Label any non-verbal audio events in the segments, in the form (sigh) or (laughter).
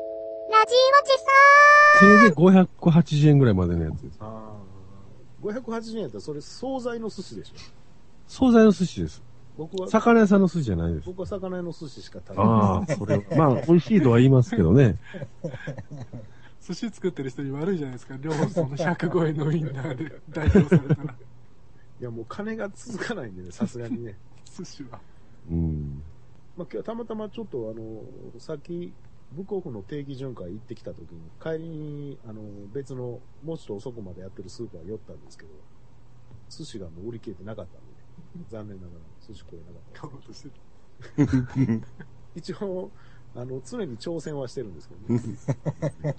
じおじさせいぜい580円ぐらいまでのやつです。ああ。580円やったらそれ惣菜の寿司でしょ。惣菜の寿司です。僕は、魚屋さんの寿司じゃないです。僕は魚屋の寿司しか食べない。ああ、それは。まあ、美味しいとは言いますけどね。寿司作ってる人に悪いじゃないですか。両方その105円のウインナーで代表されたら。いや、もう金が続かないんでね、さすがにね。寿司は。うん。まあ今日はたまたまちょっとあの、さっき、ブックオフの定期巡回行ってきた時に、帰りに、あの、別の、もうちょっと遅くまでやってるスーパー寄ったんですけど、寿司がもう売り切れてなかったんで、ね、残念ながら寿司食えなかったんですけ買どおうとしてる。一応、あの、常に挑戦はしてるんですけどね。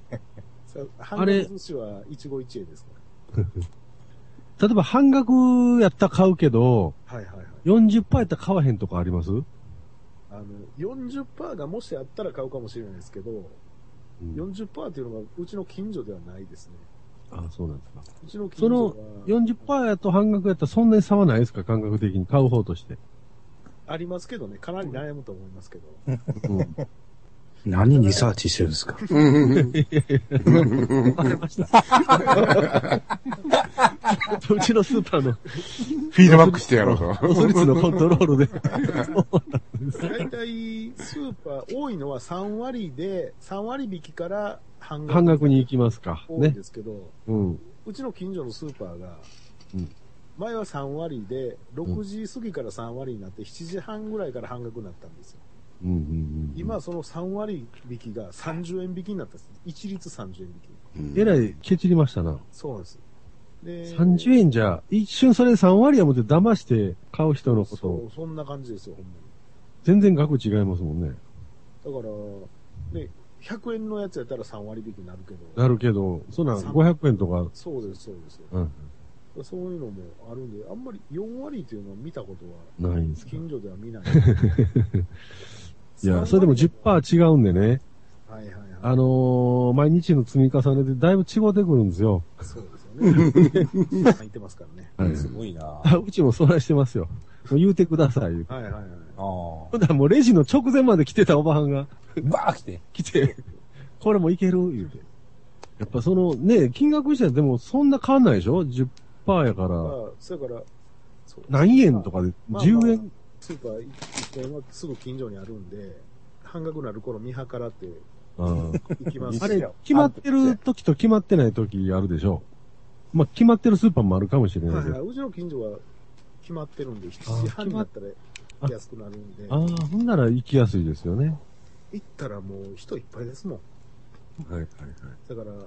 (laughs) さ半あれ額寿司は一期一会ですか例えば半額やったら買うけど、ら。はいはいはい。 40%やったら買わへんとかあります、うあの、40%がもしあったら買うかもしれないですけど、ん、 40%っていうのがうちの近所ではないですね。ああ、そうなんですか。うちの近そ所のは、 40%やと半額やったらそんなに差はないですか感覚的に買う方として。ありますけどね、かなり悩むと思いますけど。何リサーチしてるんですか (laughs) わかりました。 (laughs) うちのスーパーのフィードバックしてやろうと。ロ (laughs) ス率のコントロールで。大体、スーパー、多いのは3割で、3割引きから半額。半額に行きますか。多いんねで。すけど、うん。うちの近所のスーパーがうん、前は3割で、6時過ぎから3割になって、7時半ぐらいから半額になったんですよ。うんうんうん、今はその3割引きが30円引きになったんです。一律30円引き。えらい、ケチりましたな。そうなんです。で30円じゃ、一瞬それ3割やもって騙して買う人のこそと、う、そんな感じですよ、ほんまに。全然額違いますもんね。だから、ね、100円のやつやったら3割引きになるけど。なるけど、そんなん500円とか、そうです、そうです。うん、そういうのもあるんで、あんまり4割っていうのは見たことは、ないんですか。近所では見ない。 (laughs) いや、それでもはい10%違うんでね、はいはい。あのー、毎日の積み重ねでだいぶ違うてくるんですよ。そう (laughs) ですよね。入ってますからね。はいすごいなああうちもそないしてますよ。もう言うてください。はいはいはい。あ。ほんならもうレジの直前まで来てたおばはんがバー来て。来て、これもいける言うて。やっぱその、ね、金額自体でもそんな変わんないでしょ ?10% やから、まあ、それから、そう何円とかで、まあ10まあ円、スーパー1円はすぐ近所にあるんで、半額になる頃見計らってうん行きますあれ、決まってる時と決まってない時あるでしょまあ、決まってるスーパーもあるかもしれないはいけはど。い、うちの近所は決まってるんで、7時半になったら安くなるんで、ああ、ほんなら行きやすいですよね。行ったらもう人いっぱいですもん。はいだからも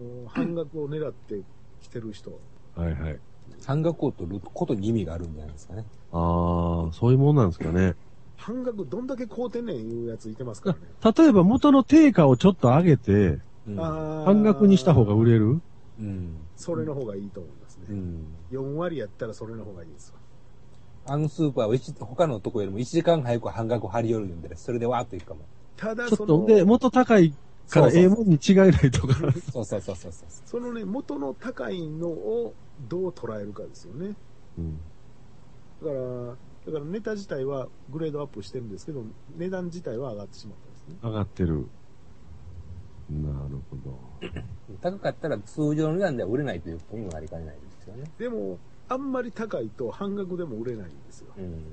うお半額を狙って来てる人、はいはい。はいはい。半額を取ることに意味があるんじゃないですかね。ああ、そういうもんなんですかね。半額どんだけ買うてんねんいうやついてますからね。例えば元の定価をちょっと上げて、うん。あー半額にした方が売れるうん。それの方がいいと思いますうね。ん。 4割やったらそれの方がいいですわ。あのスーパーは一他のとこよりも1時間早く半額張り寄るんで、それでわーっといくかも。ただちょそっと、の、で、元高いかそうらそうそうええもんに違いないとか。そうそうそうそうそう。そのね、元の高いのをどう捉えるかですよね。うんだから、だからネタ自体はグレードアップしてるんですけど、値段自体は上がってしまったんですね。上がってる。なるほど。高かったら通常の値段では売れないということにもなりかねないですよね。でも、あんまり高いと半額でも売れないんですよ。うん。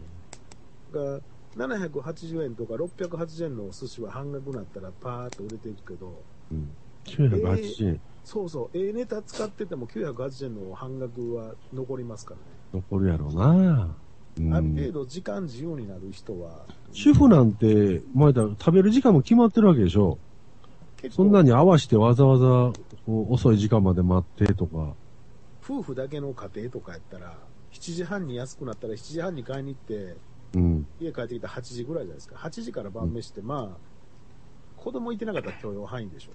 が780円とか680円のお寿司は半額になったらパーッと売れていくけど、うん。980円。そうそう、ええネタ使ってても980円の半額は残りますからね。残るやろうな。うんある程度時間自由になる人は、主婦なんて、前だ、食べる時間も決まってるわけでしょ。結そんな構に合わしてわざわざ、こう遅い時間まで待ってとか。夫婦だけの家庭とかやったら、7時半に安くなったら7時半に買いに行って、うん。家帰ってきたら8時ぐらいじゃないですか。8時から晩飯って、まあ、子供いてなかったら許容範囲でしょ。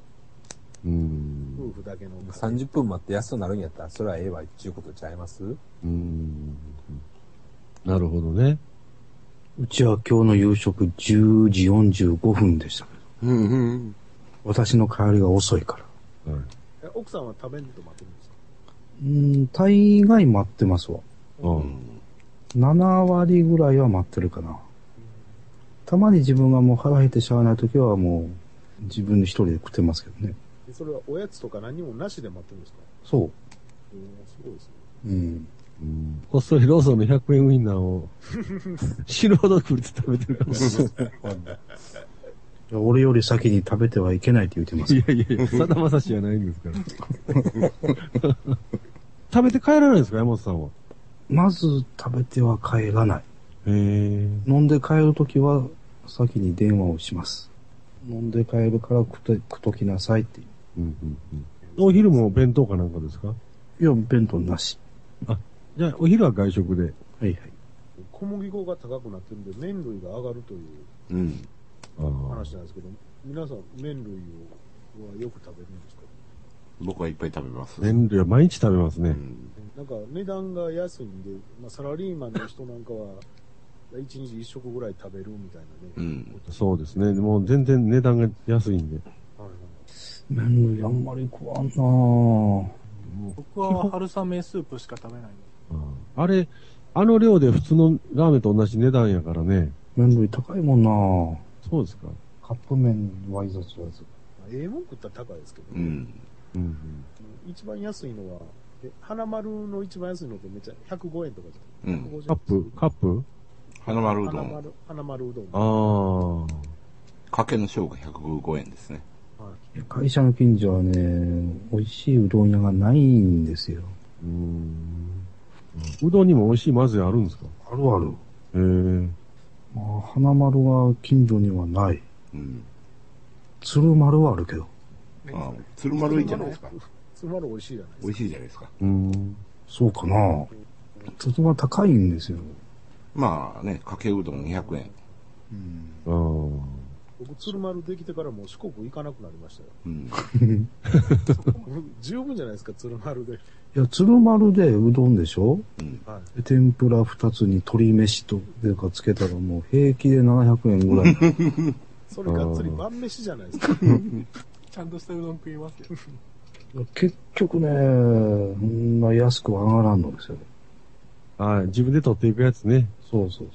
う夫ん。婦だけの家庭。 30分待って安くなるんやったら、それはええわ、っていうことちゃいますうん。なるほどね。うちは今日の夕食10時45分でしたけど、うんうん私の帰りが遅いから。はい。え奥さんは食べんと待ってるんですかうん、大概待ってますわ。うん。 7割ぐらいは待ってるかな。たまに自分がもう腹減ってしゃあない時はもう、自分で一人で食ってますけどね。でそれはおやつとか何もなしで待ってるんですかそおーすごいですね。う。うん。うんこっそりローソンの100円ウインナー (laughs) を死ぬほど食って食べてるかもしいや俺より先に食べてはいけないって言ってますれ。ない。いやいやいや、さだまさしじゃないんですから。 (laughs) 食べて帰らないんですか、山本さんは。 (laughs) まず食べては帰らない。へえ。飲んで帰るときは先に電話をします。飲んで帰るから食って食っときなさいって。うんうんうんお昼も弁当かなんかですかいや、弁当なし。じゃあ、お昼は外食で。はいはい。小麦粉が高くなってるんで、麺類が上がるといううん。あー話なんですけど、皆さん麺類をはよく食べるんですか僕はいっぱい食べます。麺類は毎日食べますうね。ん。なんか値段が安いんで、まあ、サラリーマンの人なんかは、1日1食ぐらい食べるみたいなうね。ん。そうですね。もう全然値段が安いんで。はいはい麺類あんまり食わんなぁ。僕は春雨スープしか食べない。あれ、あの量で普通のラーメンと同じ値段やからね。麺類高いもんなそうですか。ぁ。カップ麺はいざ知らず。まあええもん食ったら高いですけどうね、ん。うん一番安いのは、え花丸の一番安いのってめっちゃ105円とかじゃうない、ん。カップ、カップ花丸うど花ん、丸、花丸うどん。ああ。かけの生姜155円ですね。会社の近所はね、美味しいうどん屋がないんですよ。うーん。うどんにも美味しいまぜあるんですかあるある。へえ。まあ、花丸は近所にはない。うん。鶴丸はあるけど。あ何それ鶴丸いいじゃないですか。つまる美味しいじゃない美です味か。しいじゃないですか。うん。そうかなぁ。鶴は高いんですよ。まあね、かけうどん200円。うん。ああ。僕、鶴丸できてからもう四国行かなくなりましたよ。 (laughs) うん。十分じゃないですか、鶴丸で。いや、鶴丸でうどんでしょうん。はい。で天ぷら二つに鶏飯とでかつけたらもう平気で700円ぐらい。それがっつり晩飯じゃないですか。ちゃんとしたうどん食いますよ。結局ね、そんな安くは上がらんのですよ。あー自分で取っていくやつね。そうそうそう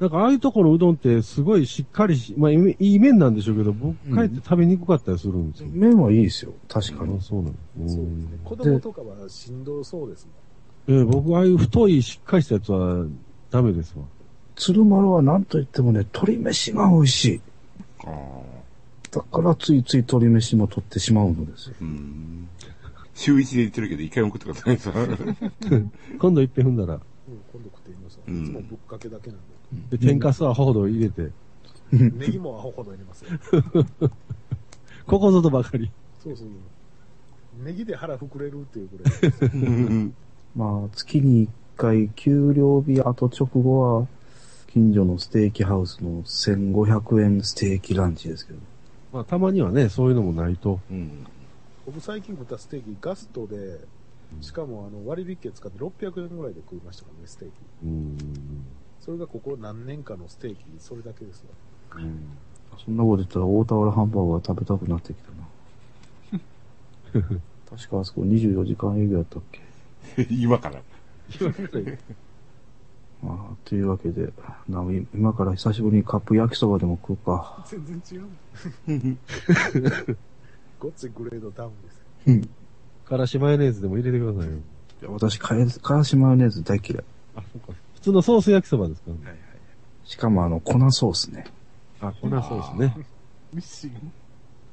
なんかああいうところのうどんってすごいしっかりし、まあいいいい麺なんでしょうけど、僕うん帰って食べにくかったりするんですそう。よ。麺はいいですよ、確かあに。そうなんですそねうですね。子供とかはしんどそうですね。えー僕ああいう太いしっかりしたやつはダメですわ。鶴丸は何と言ってもね、鶏飯が美味しい。ああ。だからついつい鶏飯も取ってしまうのですよ。うん。週一で言ってるけど、一回も食ったことないです。今度一遍踏んだら、うん、今度食ってみます。うんいつもぶっかけだけなんで、天かすはアホほど入れて、で。ネギもアホほど入れますよ。ここぞとばかり。そうそう。ネギで腹膨れるっていうぐらい。うんまあ、月に一回、給料日後直後は、近所のステーキハウスの1500円ステーキランチですけど。まあ、たまにはね、そういうのもないと。うん。僕最近食ったステーキガストで、しかもあの割引券使って600円ぐらいで食いましたからね、ステーキ。うん。それがここ何年かのステーキ、それだけですよ。そんなこと言ったら大田原ハンバーガー食べたくなってきた (laughs) な。確かあそこ24時間営業やったっけ今から。まあ、というわけで、な今から久しぶりにカップ焼きそばでも食うか。全然違う。 (laughs) ごっついグレードダウンです。からしマヨネーズでも入れてくださいよ。いや私、かえからしマヨネーズ大嫌い。あ、そうか。普通のソース焼きそばですからね。しかもあの、粉ソースね。あ、これはそうですね。 (laughs) ミシン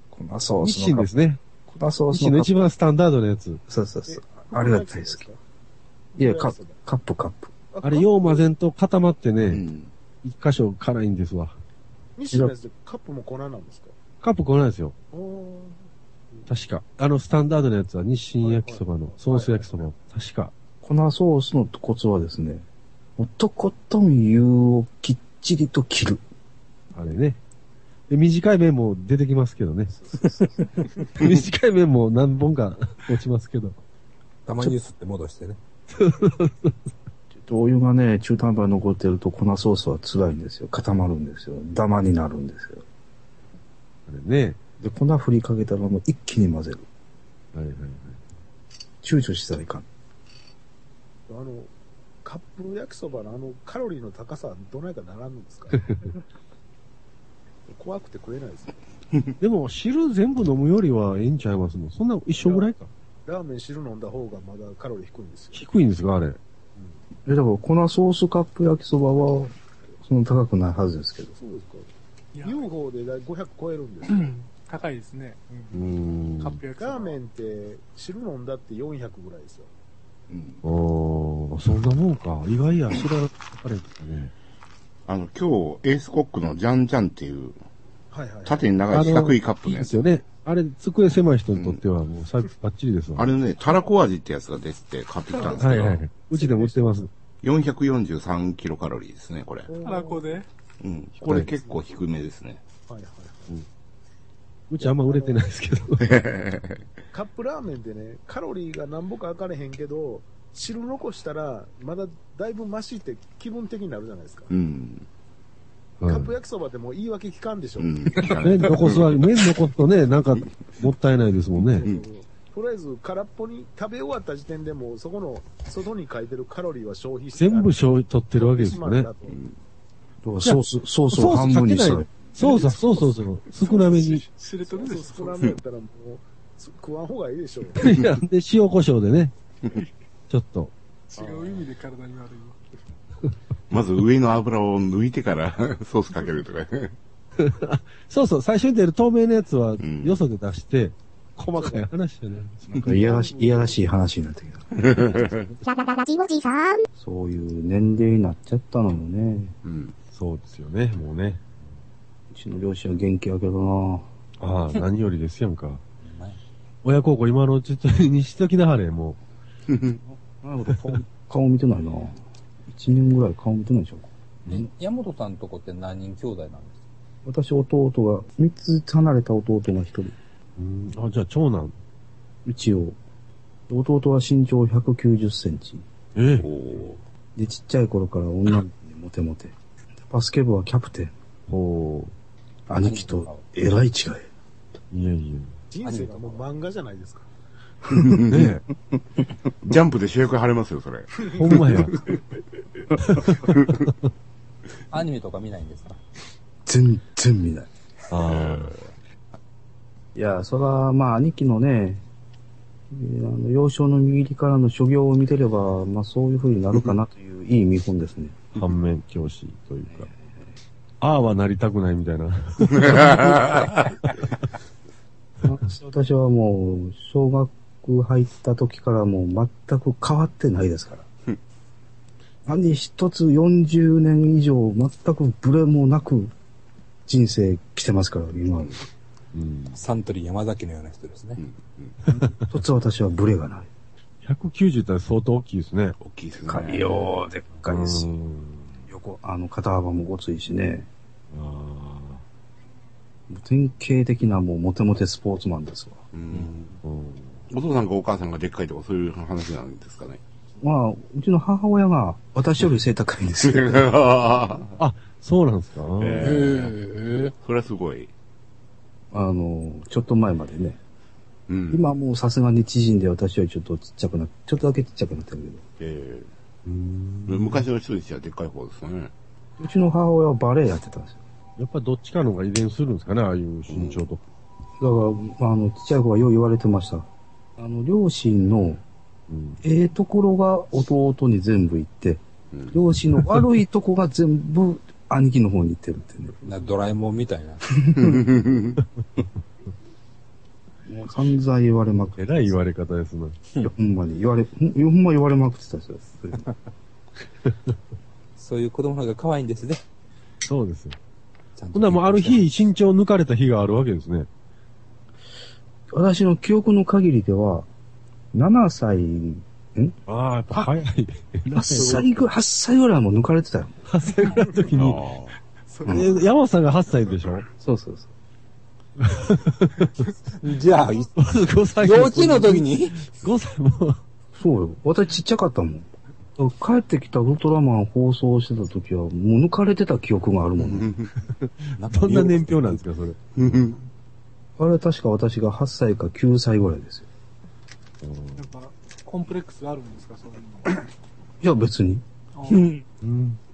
粉ソースの。日清ですね。粉ソー日ス清ののカップ。一番スタンダードのやつ。そうそうそう。えあれが大好き。いや、カップ、カップ、カップ。あれ、よう混ぜんと固まってうね、ん。一箇所辛いんですわ。西のやつでカップも粉なんですかカップこないですよ。おー確か。あの、スタンダードのやつは日清焼きそばの、ソース焼きそば。確か。粉ソースのコツはですね、もうとことん湯をきっちりと切る。あれね。で短い麺も出てきますけど (laughs) ね。短い麺も何本か (laughs) 落ちますけど。たまにすって戻してね。お湯がね、中途半端に残ってると粉ソースは辛いんですよ。固まるんですよ。ダマになるんですよ。あれね。で、粉振りかけたらもう一気に混ぜる。はいはいはい。躊躇したらいかん。あの、カッ (laughs) プ焼きそばのあのカロリーの高さはどないかならんのですか怖くて食えないですよ。でも、汁全部飲むよりはええんちゃいますのそんな一緒ぐらいか。ラーメン汁飲んだ方がまだカロリー低いんですよ。低いんですか、あれ。え、だから粉ソースカップ焼きそばは、そんな高くないはずですけど。そうですか。いや、 UFO でだい500超えるんですうよ。ん高いですね。うーんカップ焼きそばラーメンって汁飲んだって400ぐらいですよ。うんおー、そんなもんか。意外や、知らなかったですね。あの、今日、エースコックのジャンジャンっていう、はいはい。縦に長い四角いカップいいのでやすつ。よね。あれ、机狭い人にとってはもうさ、バッチリですわ。あれのね、たらこ味ってやつが出てて買ってきたんですはけいど、はい。うちでも売ってます。 443キロカロリーですね、これ。たらこで。うん。これ結構低めですね。はいはい。うちあんま売れてないですけど。カップラーメンってね、カロリーがなんぼか分かれへんけど、汁残したら、まだだいぶマシって気分的になるじゃないですか。うん。うカップん焼きそばってもう言い訳聞かんでしょ。うん。麺残すわ、麺残すとね、なんか、もったいないですもんね。んとりあえず空っぽに食べ終わった時点でもうそこの外に書いてるカロリーは消費して全部醤油取ってるわけですよね。だからソース、ソースを半分にしたら。そうそうそうそうそう。少なめに。いし。しれとるでし少ょな。めやったらもう食わん方がいいでしょう。や、 (laughs) で、塩胡椒でね。ちょっと。違う意味で体に悪いわ。 (laughs) まず上の油を抜いてから (laughs) ソースかけるとかね。そうそう、最初に出る透明なやつはん、よそで出して、細かい話じゃない。なんかいやらしい、いやらしい話になってきた。そういう年齢になっちゃったのよね。うん。そうですよね、もうね。うちの両親は元気やけどなああ、何よりですやんか。親孝行今のうちにしときなはれ、もなるほど、顔、 (laughs) 顔見てないな一年ぐらい顔見てないでしょ。え山本さんのとこって何人兄弟なんですか私、弟が、三つ離れた弟が一人。う。うん、あ、じゃあ長男。一応。弟は身長190センチ。えおえ。おで、ちっちゃい頃から女の子にモテモテ。でバスケ部はキャプテン。ほ兄貴と、えらい違い。う。いやいや。人生がもう漫画じゃないですか。ねジャンプで主役張れますよ、それ。え、 (laughs) ほんまや。アニメとか見ないんですか全然見ない。あ (laughs) あ。いや、そら、まあ、兄貴のね、えーあの幼少の右利からの所業を見てれば、まあ、そういう風になるかなという、いい見本ですね。反面教師というか、ああはなりたくない (laughs) みたいな。私私はもう、小学入った時からもう全く変わってないですから。何一つ40年以上全くブレもなく人生来てますから、今。うん。サントリー山崎のような人ですね。一つ私はブレがない。 190って相当大きいですね。大きいですね。よでっかうん横、あの、肩幅もごついしね。あ典型的なもうモテモテスポーツマンですわ。うん。あ。うんお父さんかお母さんがでっかいとかそういう話なんですかね。まあ、うちの母親が私より背高いんですよ。 (laughs) あ、そうなんですか。ええ。それはすごい。あの、ちょっと前までね。うん。今はもうさすがに縮んで私よりちょっとちっちゃくな、ちょっとだけちっちゃくなってるけど。えうんえ昔の人にしてはでっかい方ですね。うちの母親はバレエやってたんですやっぱどっちかの方が遺伝するんですかね、ああいう身長とか。よ。だから、あの、ちっちゃい子はよう言われてました。あの、両親のうん。ええところが弟に全部行って、うん両親の悪いとこが全部兄貴の方に行ってるってね。なドラえもんみたいな。もう散々言われまくって。偉い言われ方ですね。いやほんまに言われ、ほんほんま言われまくってたんです (laughs) よ。そういう子供の方が可愛いんですね。そうですよ。ちゃんほんならもうある日、身長抜かれた日があるわけですね。私の記憶の限りでは、7歳、んああ、やっぱ早い。 ?8 歳ぐ、8歳ぐらいも抜かれてたよ。 8歳ぐらいの時に。そえれ、ー山本さんが8歳でし (laughs) ょそうそうそう。じゃあ、い ?5 歳幼稚園の時に ?5 歳も。そうよ。私ちっちゃかったもん。帰ってきたウルトラマン放送してた時は、もう抜かれてた記憶があるもんね。どんな年表なんですか、それ。あれ確か私が8歳か9歳ぐらいですよ。やっぱ、 (laughs) コンプレックスがあるんですか、そういういや別に。の。うん。 (laughs)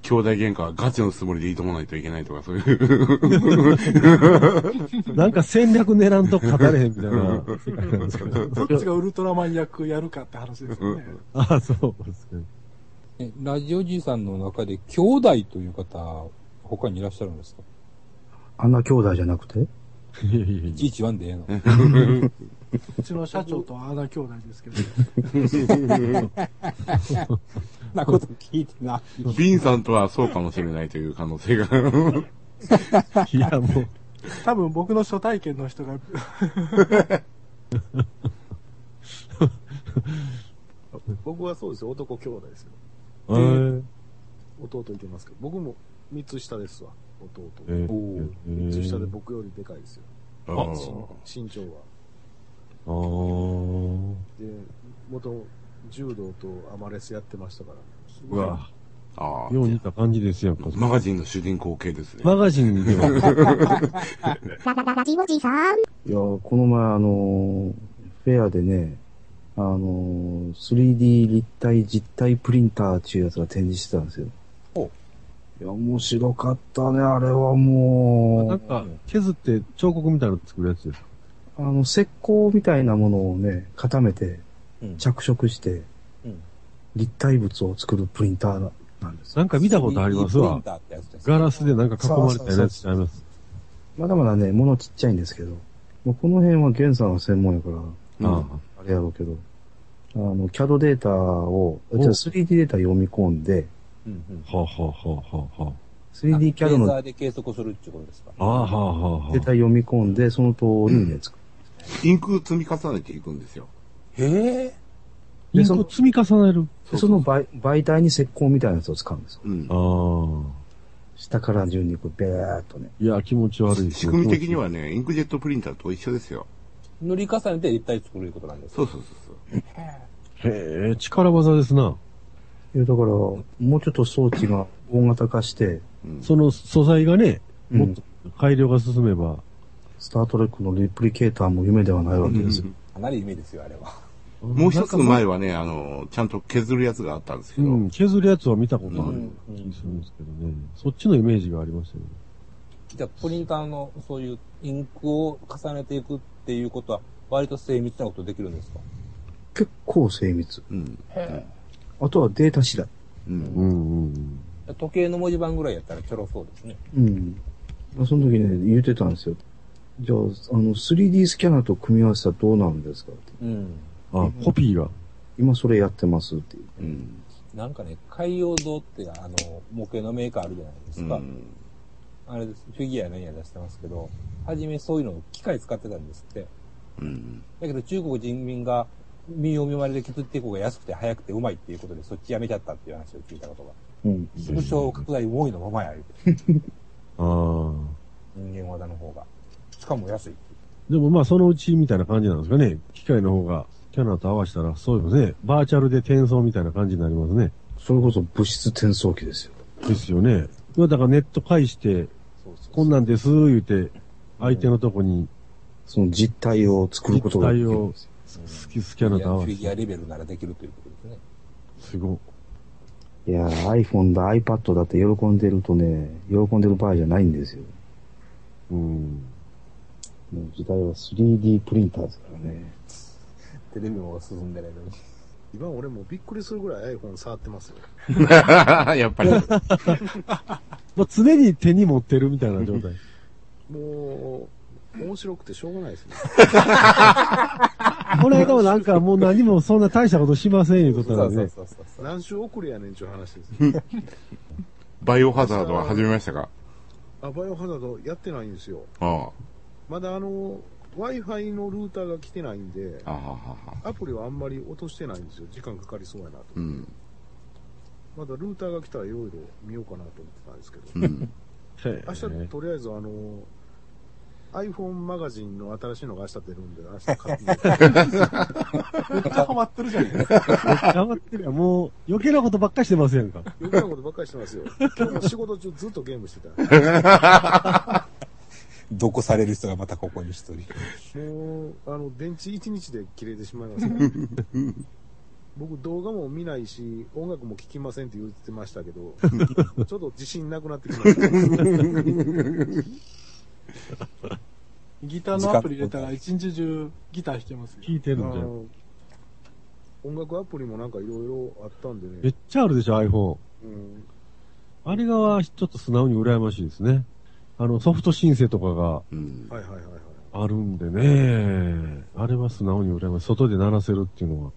兄弟喧嘩はガチのつもりで挑まないといけないとか、そういう。なんか戦略狙んと語れへんみたいな世界なんですけど。どっちがウルトラマン役やるかって話ですよね。ああ、そうですね。えラジオじいさんの中で兄弟という方、他にいらっしゃるんですかあんな兄弟じゃなくていやいやいやいちいちワンでええの。うちの社長とアナ兄弟ですけど。そんなこと聞いてな。ビンさんとはそうかもしれないという可能性が。いや、もう、多分僕の初体験の人が、僕はそうですよ、男兄弟ですよ。えー弟いてますけど、僕も3つ下ですわ、弟。えーおーえ3ーつ下で僕よりでかいですよ、あー身身長は。あーで、元柔道とアマレスやってましたから、うわ、あー。よう似た感じですやんか。マガジンの主人公系ですね。マガジンにでは、ララララジオジさん。いや、この前あのーフェアでね、あのー 3D 立体実体プリンターっていうやつが展示してたんですよ。ほいや、面白かったね、あれはもう。なんか、削って彫刻みたいなの作るやつです。あの、石膏みたいなものをね、固めてうん、着色して、うん立体物を作るプリンターなんです。なんか見たことありますプリわン。ターってやつですね。ガラスでなんか囲まれたようなやつちゃいます。まだまだね、物ちっちゃいんですけど、もうこの辺はゲンさんが専門やから、ああれやろうけど、あの、CAD データを、じゃあ 3D データ読み込んで、うんうんはあ、はあはあはあは 3D レ CAD ーザのーで計測するってことですかあ、ああはあはあはデータ読み込んで、その通りにね、作る。インク積み重ねていくんですよ。へえ。インクを積み重ねる。で、その媒媒体に石膏みたいなやつを使うんですよ。うんあ。あ。下から順にこう、ビャーっとね。いや、気持ち悪いです仕よ組み的にはね、インクジェットプリンターと一緒ですよ。塗り重ねて立体作るいうことなんですかそうそうそうへえ、力技ですな。いやだから、もうちょっと装置が大型化して、そう。うんその素材がね、うんもっと改良が進めば、スタートレックのリプリケーターも夢ではないわけですよ。かなり夢ですよ、あれは。もう一つ前はね、あの、ちゃんと削るやつがあったんですけうど、ん、削るやつは見たことあうるん気がするんですけどね。そっちのイメージがありますよね。じゃあ、プリンターのそういうインクを重ねていくっていうことは、割と精密なことできるんですか結構精密。うん。あとはデータ次第。うん。うんうん。時計の文字盤ぐらいやったらちょろそうですね。うん。その時ね、言ってたんですよ。じゃあ、あの、3D スキャナーと組み合わせたらどうなるんですかって。うん。あ、コピーが。今それやってますっていう。うん。なんかね、海洋堂って、あの、模型のメーカーあるじゃないでうすか。ん。あれです。フィギュアや何や出してますけど、はじめそういうのを機械使ってたんですって。うん。だけど中国人民が民を見まれで削っていこうが安くて早くてうまいっていうことでそっちやめちゃったっていう話を聞いたことが。うん。縮小拡大多いのままやる。ああ。人間技の方が。しかも安い。でもまあそのうちみたいな感じなんですかね。機械の方がキャナと合わせたら、そうですね。バーチャルで転送みたいな感じになりますね。それこそ物質転送機ですよ。ですよね。だからネット介して、そうそうこんなんです、言うて、相手のとこにその実体を作ることができるんですよ。スキスキャナと合わフせィギュアて。レベルならできるということですね。すごい。いやー、iPhone だ iPad だって喜んでるとね、喜んでる場合じゃないんですよ。うん。もう時代は 3D プリンターですからね。テレビも進んでないのに。今俺もびっくりするぐらい iPhone 触ってますよ。 (laughs) やっぱり。まあ常に手に持ってるみたいな状態。もう、面白くてしょうがないですね。この間もなんかもう何もそんな大したことしません言うとったそらうそうね。そうそうそう。何週遅れやねんちゅう (laughs) 話ですよ。バイオハザードは始めましたかあ、バイオハザードやってないんですよ。あまだあの、Wi-Fi のルーターが来てないんであ。、あははは。アプリはあんまり落としてないんですよ。時間かかりそうやなと。うん。まだルーターが来たらいろいろ見ようかなと思ってたんですけど。うん。へ明日、えとりあえずあの、iPhone マガジンの新しいのが明日出るんで、明日買 (laughs) ってみようめっちゃハマってるじゃないですか。黙ってるやんもう余計なことばっかりしてますやんか。余計なことばっかりしてますよ。今日も仕事中ずっとゲームしてた。どこされる人がまたここに一人。 (laughs) もう、あの、電池1日で切れてしまいますから。僕動画も見ないし、音楽も聴きませんって言ってましたけど、ちょっと自信なくなってきました。ギターのアプリ入れたら一日中ギター弾けますよ。聞いてるんじゃあん。の音楽アプリもなんかいろいろあったんでめねっ、ちゃあるでしょ、iPhone。うん、あれが、ちょっと素直に羨ましいですね。あの、ソフト申請とかがうん。はいはいはいはい。あるんでね。あれは素直に羨ましい。外で鳴らせるっていうのは。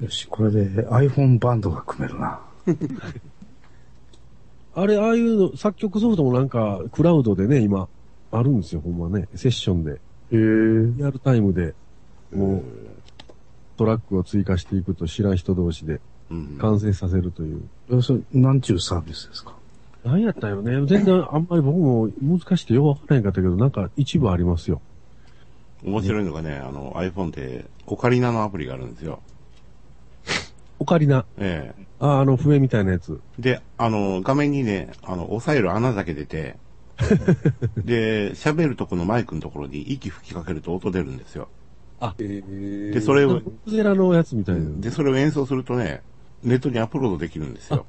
よし、これで iPhone バンドが組めるな。あれ、ああいうの、作曲ソフトもなんか、クラウドでね、今、あるんですよ、ほんまね。セッションで。へえ。リアルタイムで、もう、トラックを追加していくと知らん人同士でうん。完成させるという。要するに、なんちゅうサービスですか何やったよね。全然あんまり僕も難しくてよくわからへんかったけど、なんか一部ありますよ。面白いのがね、あの、iPhone って、オカリナのアプリがあるんですよ。オカリナ。ええあ、あの笛みたいなやつ。で、あの、画面にね、あの、押さえる穴だけ (laughs) 出て、で、喋るとこのマイクのところに息吹きかけると音出るんですよ。で、それを、クゼラのやつみたいな。で、それを演奏するとね、ネットにアップロードできるんですよ。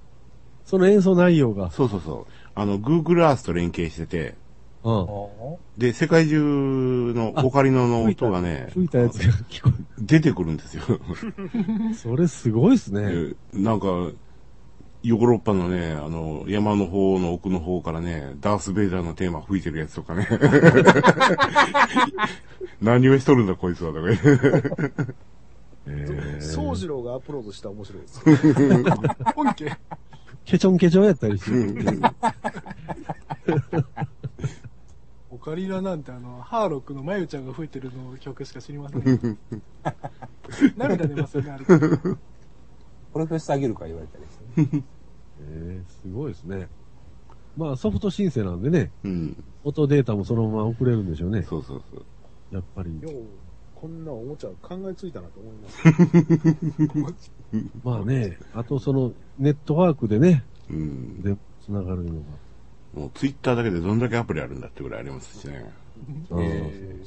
その演奏内容が。そうそうそう。あの、Google Earth と連携してて、うん。で、世界中のオカリナの音がね、吹いたやつが聞こ出てくるんですよ。える。それすごいっすね。でなんか、ヨーロッパのね、あの、山の方の奥の方からね、ダース・ベイダーのテーマ吹いてるやつとか (laughs) ね。何をしとるんだこいつは、とか言って宗次郎がアップロードしたら面白いです。本家ケチョンケチョンやったりして。オカリナなんてあの、ハーロックのまゆちゃんが吹いてるの曲しか知りません。涙出ますよね、あれ。これとしてあげるか言われたりして、ね。えーすごいですね。まあソフト申請なんでね、うん。音データもそのまま送れるんでしょうね。そうそうそう。やっぱり。よう、こんなおもちゃ考えついたなと思います。まあね、あとそのネットワークでね、うん。で、つながるのが。もうツイッターだけでどんだけアプリあるんだってぐらいありますしね。うん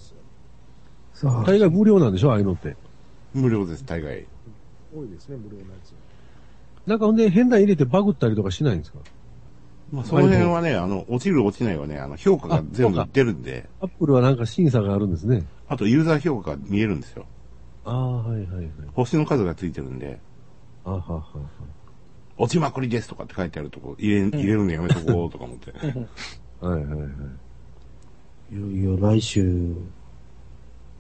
さあ、大概無料なんでしょああいうのって。無料です、大概。多いですね、無料のやつ。なんかほんで変な入れてバグったりとかしないんですかまあ、その辺はね、あの、落ちる落ちないはね、あの、評価が全部出るんで、アップルはなんか審査があるんですね。あとユーザー評価が見えるんですよ。ああ、はいはいはい。星の数がついてるんで、あははは。落ちまくりですとかって書いてあるとこ、入れ、入れるのやめとこうとか思って。はいはいはい。いよいよ来週、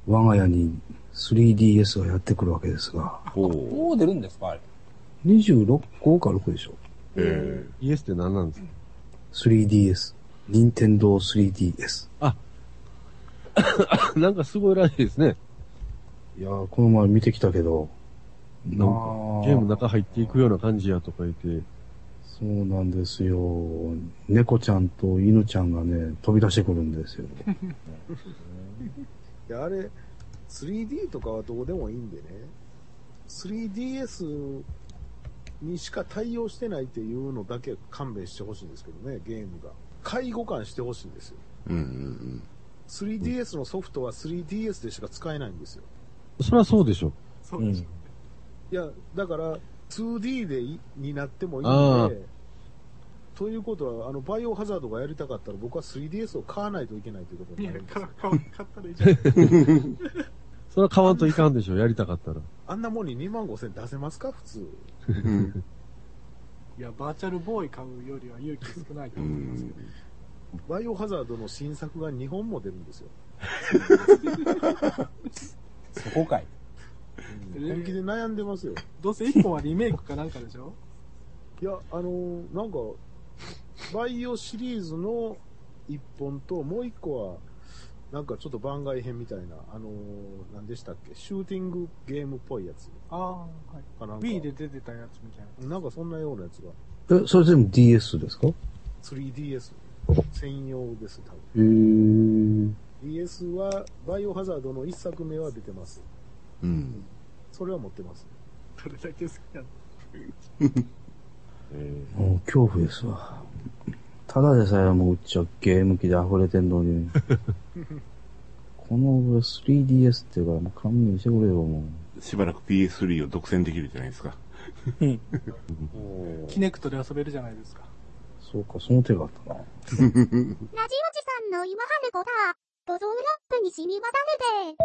我が家に 3DS がやってくるわけですが、ほう。もう出るんですかあれ。 26号か6でしょえイエスって何なんですか (laughs) ?3DS。任天堂 3DS。なんかすごいらしいですね。いやー、この前見てきたけど、なんかゲームの中入っていくような感じやとか言って。そうなんですよ。猫ちゃんと犬ちゃんがね、飛び出してくるんですよ。いや、あれ、3D とかはどうでもいいんでね、3DS にしか対応してないっていうのだけ勘弁してほしいんですけどね、ゲームが。介護感してほしいんですよ。えうんうん。 3DS のソフトは 3DS でしか使えないんですよ。そりゃそうでしょ。そうでしょ。いや、だから、2D でいになってもいいあんで、ということは、あの、バイオハザードがやりたかったら僕は 3DS を買わないといけないということいにやなるん、です買よ。買ったらいいじゃん。それは買わんといかんでしょ。やりたかったら。あんなもんに2万5千出せますか普通。いや、バーチャルボーイ買うよりは勇気少ないとう思いますけんど。バイオハザードの新作が2本も出るんですよ。そこかい。え本気で悩んでますよ。どうせ一本はリメイクかなんかでしょいや、あのーなんか、バイオシリーズの1本と、もう1個は、なんかちょっと番外編みたいな、あのー何でしたっけ、シューティングゲームっぽいやつああ、はい。かなんか。 B で出てたやつみたいな。なんかそんなようなやつが、え、それ全部 DS ですかへ 3DS 専用です、多分。え。ー。 DS は、バイオハザードの1作目は出てます。うん。それは持ってます。どれだけ好きなのもう恐怖ですわ。ただでさえもううちはゲーム機で溢れてんの (laughs) に。この 3DS っていうからもう勘弁してくれよ、もう。しばらく PS3 を独占できるじゃないですか。キネクトで遊べるじゃないですか。そうか、その手があったな。ラジオジさんの今ハネコだ。ボゾンラップに染み渡るで。